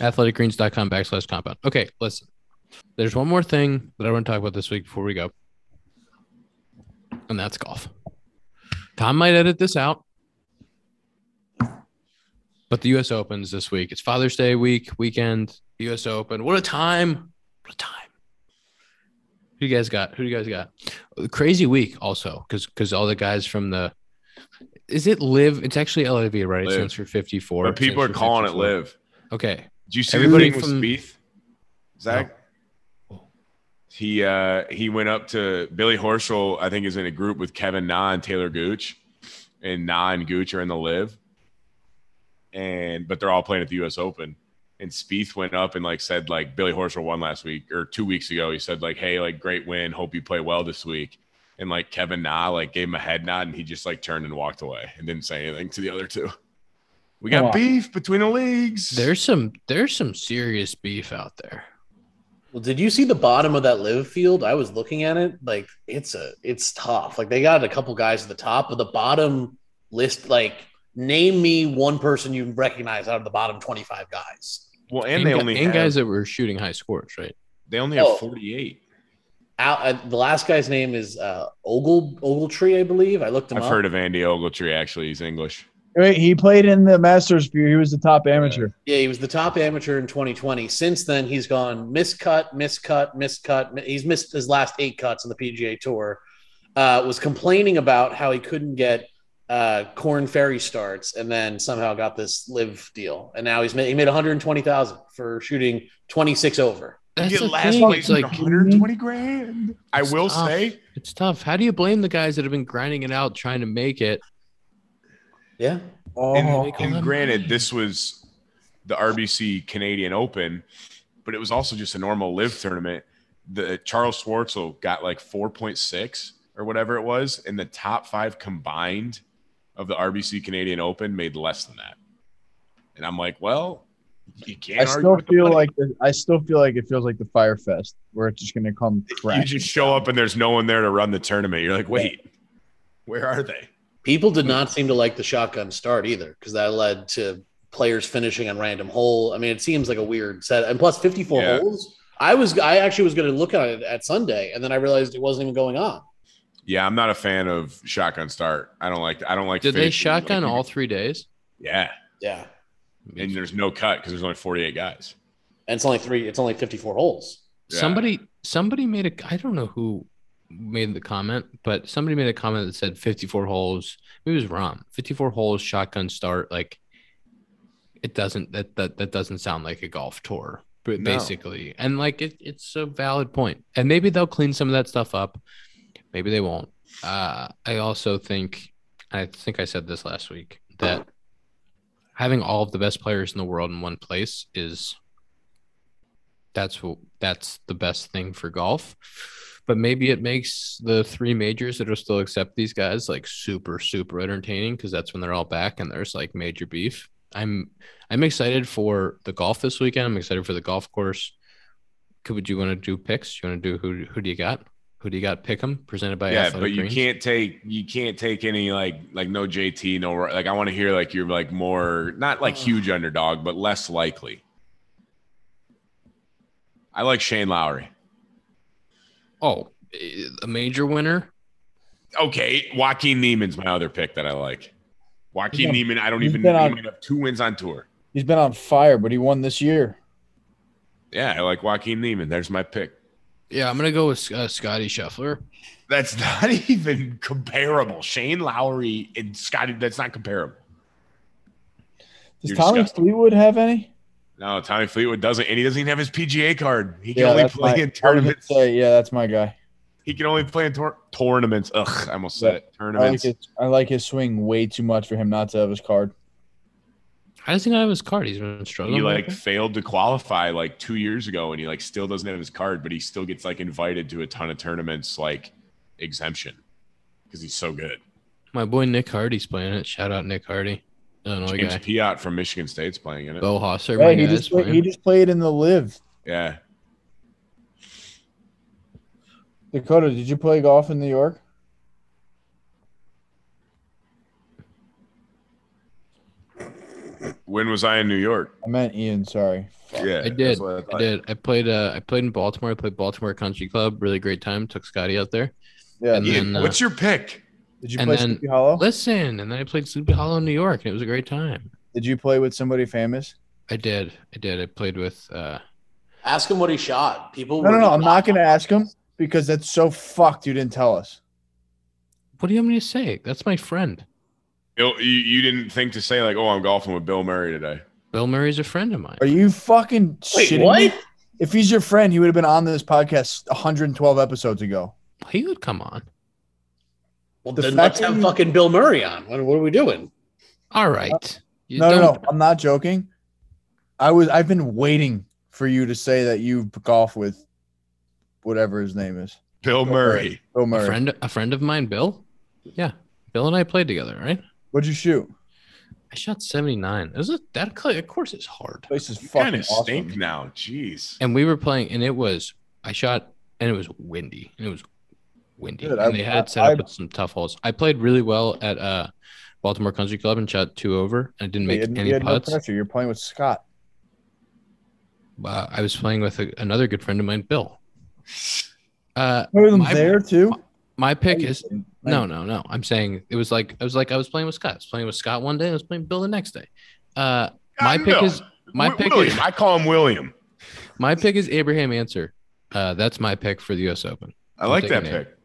Athleticgreens.com backslash compound. Okay, listen. There's one more thing that I want to talk about this week before we go, and that's golf. Tom might edit this out, but the U.S. Open's this week. It's Father's Day week, weekend, U.S. Open. What a time! What a time! Who you guys got? Who you guys got? Crazy week also, because because all the guys from the is it live? It's actually LIV, right? It Live. stands for fifty four. But people are calling it live. Okay, Do you see Everybody the thing from- with Spieth? Zach, he uh, he went up to Billy Horschel. I think is in a group with Kevin Na and Taylor Gooch, and Na and Gooch are in the live, and but they're all playing at the U.S. Open. And Spieth went up and like said like Billy Horschel won last week or two weeks ago. He said like, hey, like great win. Hope you play well this week. And like Kevin Na like gave him a head nod and he just like turned and walked away and didn't say anything to the other two. We got Wow. beef between the leagues. There's some there's some serious beef out there. Well, did you see the bottom of that live field? I was looking at it. Like it's a it's tough. Like they got a couple guys at the top, but the bottom list, like name me one person you recognize out of the bottom 25 guys. Well, and, they gu- only and have, guys that were shooting high scores, right? they only have Oh. 48. Out uh, the last guy's name is uh Ogle Ogletree, I believe. I looked him I've up. heard of Andy Ogletree. Actually, he's English. Wait, he played in the Masters for you. He was the top amateur. Yeah, he was the top amateur in 2020. Since then, he's gone miscut, miscut, miscut. He's missed his last eight cuts on the PGA Tour. Uh, was complaining about how he couldn't get uh, Corn Ferry starts, and then somehow got this live deal. And now he's made he made 120,000 for shooting 26 over. That's You the get last thing. place It's like 120 grand. I It's will tough. say, it's tough. How do you blame the guys that have been grinding it out trying to make it? Yeah, and, Oh, make all and that granted, money. this was the RBC Canadian Open, but it was also just a normal live tournament. The Charles Schwartzel got like 4.6 or whatever it was, and the top five combined of the RBC Canadian Open made less than that. And I'm like, well, you can't. I argue still with the feel money. like the, I still feel like it feels like the Fire Fest where it's just gonna come you crash. just show up and there's no one there to run the tournament. You're like, wait, where are they? people did not seem to like the shotgun start either, because that led to players finishing on random hole. I mean, it seems like a weird set. And plus, 54 Yeah. holes. I was I actually was going to look at it at Sunday, and then I realized it wasn't even going on. Yeah, I'm not a fan of shotgun start. I don't like. I don't like. Did they finishing. shotgun Like, you- all three days? Yeah, Yeah, and there's no cut because there's only 48 guys. and it's only three. It's only fifty-four holes. Yeah. Somebody somebody made a I don't know who made the comment, but somebody made a comment that said 54 holes. Maybe it was Rom. 54 holes shotgun start like it doesn't that that, that doesn't sound like a golf tour. But No. basically, and like it, it's a valid point. And maybe they'll clean some of that stuff up. Maybe they won't. Uh, I also think I think I said this last week that having all of the best players in the world in one place is that's what that's the best thing for golf. But maybe it makes the three majors that will still accept these guys like super super entertaining because that's when they're all back and there's like major beef. I'm I'm excited for the golf this weekend. I'm excited for the golf course. Could would you want to do picks? You want to do who who do you got? Who do you got? Pick 'em presented by yeah, Athletic but you Greens. can't take you can't take any like like no JT no like I want to hear like you're like more not like huge underdog but less likely. I like Shane Lowry. Oh, eh, a major winner. Okay, Joaquin Neiman's my other pick that I like. Joaquin He's Neiman, I don't he's even. He been on- might have two wins on tour. He's been on fire, but he won this year. Yeah, I like Joaquin Neiman. There's my pick. Yeah, I'm gonna go with uh, Scotty Scheffler. That's not even comparable. Shane Lowry and Scotty, that's not comparable. Does You're Tommy disgusting. Fleetwood have any? No, Tommy Fleetwood doesn't, and he doesn't even have his PGA card. He can Yeah, only that's play my- in I was gonna tournaments. say, yeah, that's my guy. He can only play in tour- tournaments. Ugh, I almost said Yeah. it. I like, Tournaments. his, I like his swing way too much for him not to have his card. How does he not have his card? He's been struggling. He like like that? failed to qualify like two years ago, and he like still doesn't have his card, but he still gets like invited to a ton of tournaments, like exemption, because he's so good. my boy Nick Hardy's playing it. Shout out Nick Hardy, Illinois James guy. Piot from Michigan State's playing in it. Bo Hosser, Right, my he guy, just is played, playing. he just played in the live. Yeah, Dakota, did you play golf in New York? when was I in New York? I meant Ian. Sorry. Yeah, I did. that's what I thought. did. I played. Uh, I played in Baltimore. I played Baltimore Country Club. Really great time. Took Scotty out there. Yeah. And Did, Ian, then, uh, what's your pick? did you and play then- Sleepy Hollow? Listen, and then I played Sleepy Hollow in New York, and it was a great time. Did you play with somebody famous? I did. I did. I played with. uh Ask him what he shot. People. No, were no, no. I'm not going to ask him because that's so fucked. You didn't tell us. What do you want me to say? That's my friend. Bill, you, you didn't think to say like, oh, I'm golfing with Bill Murray today. Bill Murray's a friend of mine. Are you fucking Wait, shitting what? me? If he's your friend, he would have been on this podcast 112 episodes ago. He would come on. Well, The then fact let's that have you- fucking Bill Murray on. What, what are we doing? All right. You Uh, no, no, no. don't- I'm not joking. I was. I've been waiting for you to say that you golf with whatever his name is, Bill Murray. Bill A Murray. friend, a friend of mine, Bill. Yeah, Bill and I played together. Right. What'd you shoot? I shot seventy nine. It was a, that clay, of course, is hard. Place is You kind fucking of awesome. stink now. Jeez. And we were playing, and it was I shot, and it was windy, and it was windy, Dude, and I- they had it set I- up with some tough holes. I played really well at uh, Baltimore Country Club and shot two over, and I didn't You make had- you any had no putts. pressure. You're playing with Scott. Uh, I was playing with a, another good friend of mine, Bill. Uh, Play with him My- there too. my pick is No, no, no. I'm saying it was like I was like I was playing with Scott. I was playing with Scott one day. I was playing Bill the next day. Uh, my God, pick no. is my Wi- pick William. is I call him William. my pick is Abraham Answer. Uh, that's my pick for the U.S. Open. I like taking that it. pick.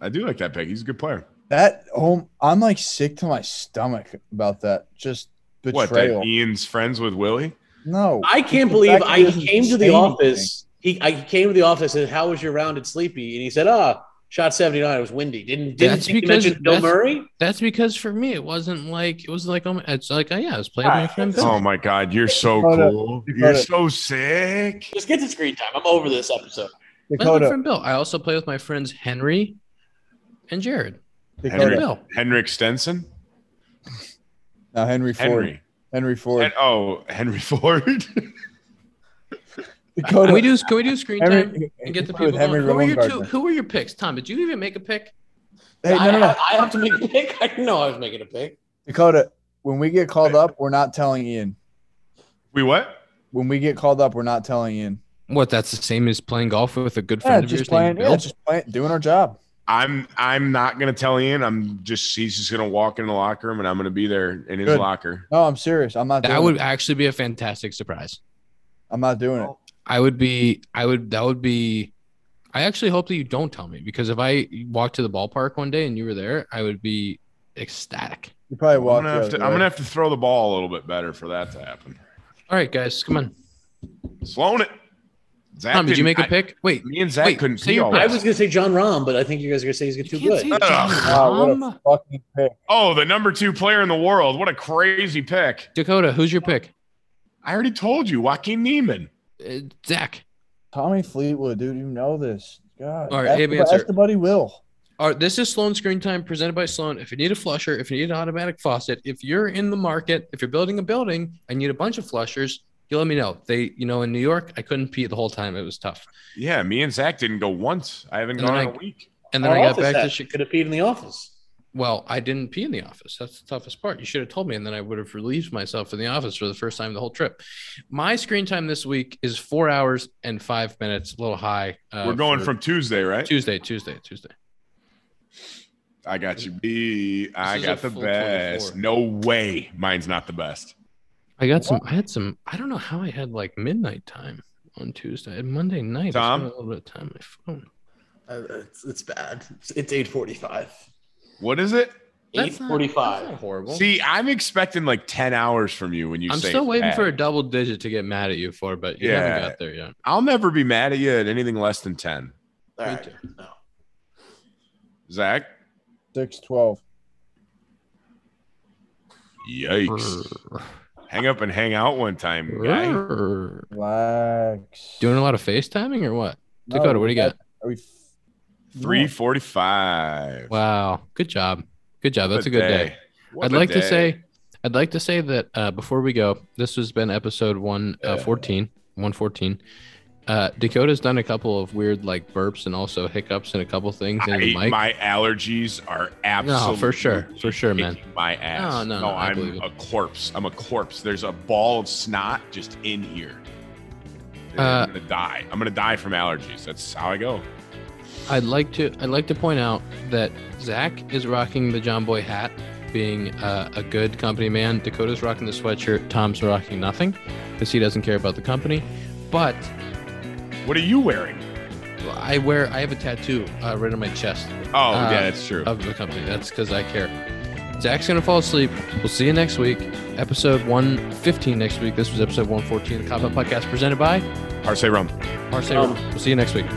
I do like that pick. He's a good player. that home. I'm like sick to my stomach about that. Just What? That betrayal. Ian's friends with Willie. no, I can't The believe fact that he I doesn't came to say the office. He, I came to the office and how was your round at Sleepy? And he said, ah, shot 79. It was windy. Didn't, didn't That's you because- mention Bill that's- Murray? That's because for me it wasn't like it was like oh my, it's like oh yeah I was playing with my friend Bill. Oh my God, you're so Hold up. cool. Hold You're up. so sick. Just get to screen time. I'm over this I episode. was with my Dakota. friend Bill. I also play with my friends Henry and Jared and Dakota. Henry. Bill. Henrik Stenson. Now Henry Ford. Henry, Henry. Ford. Hen- oh, Henry Ford. Dakota. Can we do can we do screen time Henry, and get the play with people going? Who were Rowan your two? Gardner. Who were your picks? Tom, did you even make a pick? Hey, I, no, no, no, I, I have to make a pick. I didn't know I was making a pick. Dakota. When we get called up, we're not telling Ian. we what? When we get called up, we're not telling Ian. What? That's the same as playing golf with a good Yeah, friend of just yours playing. named Bill. Yeah, just playing. Doing our job. I'm I'm not gonna tell Ian. I'm just he's just gonna walk in the locker room and I'm gonna be there in his Good. locker. No, I'm serious. I'm not. Doing That would It. actually be a fantastic surprise. I'm not doing it. Oh. I would be, I would, that would be, I actually hope that you don't tell me because if I walked to the ballpark one day and you were there, I would be ecstatic. You probably I'm walked. gonna, the have to, other I'm way. gonna have to throw the ball a little bit better for that to happen. All right, guys, come on. Sloan it. Zach Tom, did you didn't- make a I- pick? Wait, me and Zach Wait, couldn't say see your all pick. I that. was going to say John Rahm, but I think you guys are going to say he's you too can't good. say Wow, John what Rahm. a fucking pick. Oh, the number two player in the world. What a crazy pick. Dakota, who's your pick? I already told you, Joaquin Neiman. Uh, Zach. Tommy Fleetwood, dude, you know this. God. All right, ask, Abe the- answer. ask the buddy Will. All right, this is Sloan Screen Time presented by Sloan. If you need a flusher, if you need an automatic faucet, if you're in the market, if you're building a building and you need a bunch of flushers, you let me know. They, you know, in New York, I couldn't pee the whole time. It was tough. Yeah, me and Zach didn't go once. I haven't And gone then in I- a week. And then I got back to Chicago. Could have peed in the office. Well, I didn't pee in the office. That's the toughest part. You should have told me, and then I would have relieved myself in the office for the first time the whole trip. My screen time this week is four hours and five minutes, a little high. Uh, We're going for from Tuesday, right? Tuesday, Tuesday, Tuesday. I got you. B. I is a got the full best. 24. No way. Mine's not the best. I got some. I had some. I don't know how I had like midnight time on Tuesday and Monday night. I Tom? spent a little bit of time on my phone. Uh, it's, it's bad. It's, it's 845. What is it? Eight That's not- that's not forty-five. Horrible. See, I'm expecting like 10 hours from you when you I'm say still waiting that. for a double digit to get mad at you for, but you Yeah. haven't got there yet. I'll never be mad at you at anything less than 10. All right. too. No. Zach? Six twelve. Yikes. hang up and hang out one time, guy. Relax. Doing a lot of FaceTiming or what? Dakota, what do you got? Are we? 345. Wow. Good job. Good job. That's a What good day. What I'd a like to day. say, I'd like to say that uh, before we go, this has been episode one uh, Yeah. 14, 114. Uh, Dakota's done a couple of weird like burps and also hiccups and a couple things in the I, mic. my allergies are absolutely no, Oh, for sure, for sure, man. kicking My ass. No, no, no, I believe I'm it. a corpse. I'm a corpse. There's a ball of snot just in here. And Uh, I'm gonna die. I'm gonna die from allergies. That's how I go. I'd like to I'd like to point out that Zach is rocking the John Boy hat, being uh, a good company man. Dakota's rocking the sweatshirt. Tom's rocking nothing because he doesn't care about the company. But What are you wearing? I wear I have a tattoo uh, right on my chest Oh, uh, yeah, that's true. of the company. That's because I care. Zach's gonna fall asleep. We'll see you next week. Episode one fifteen next week. This was episode one fourteen of the Cop Out Podcast presented by Parse rum. Marseille. We'll see you next week.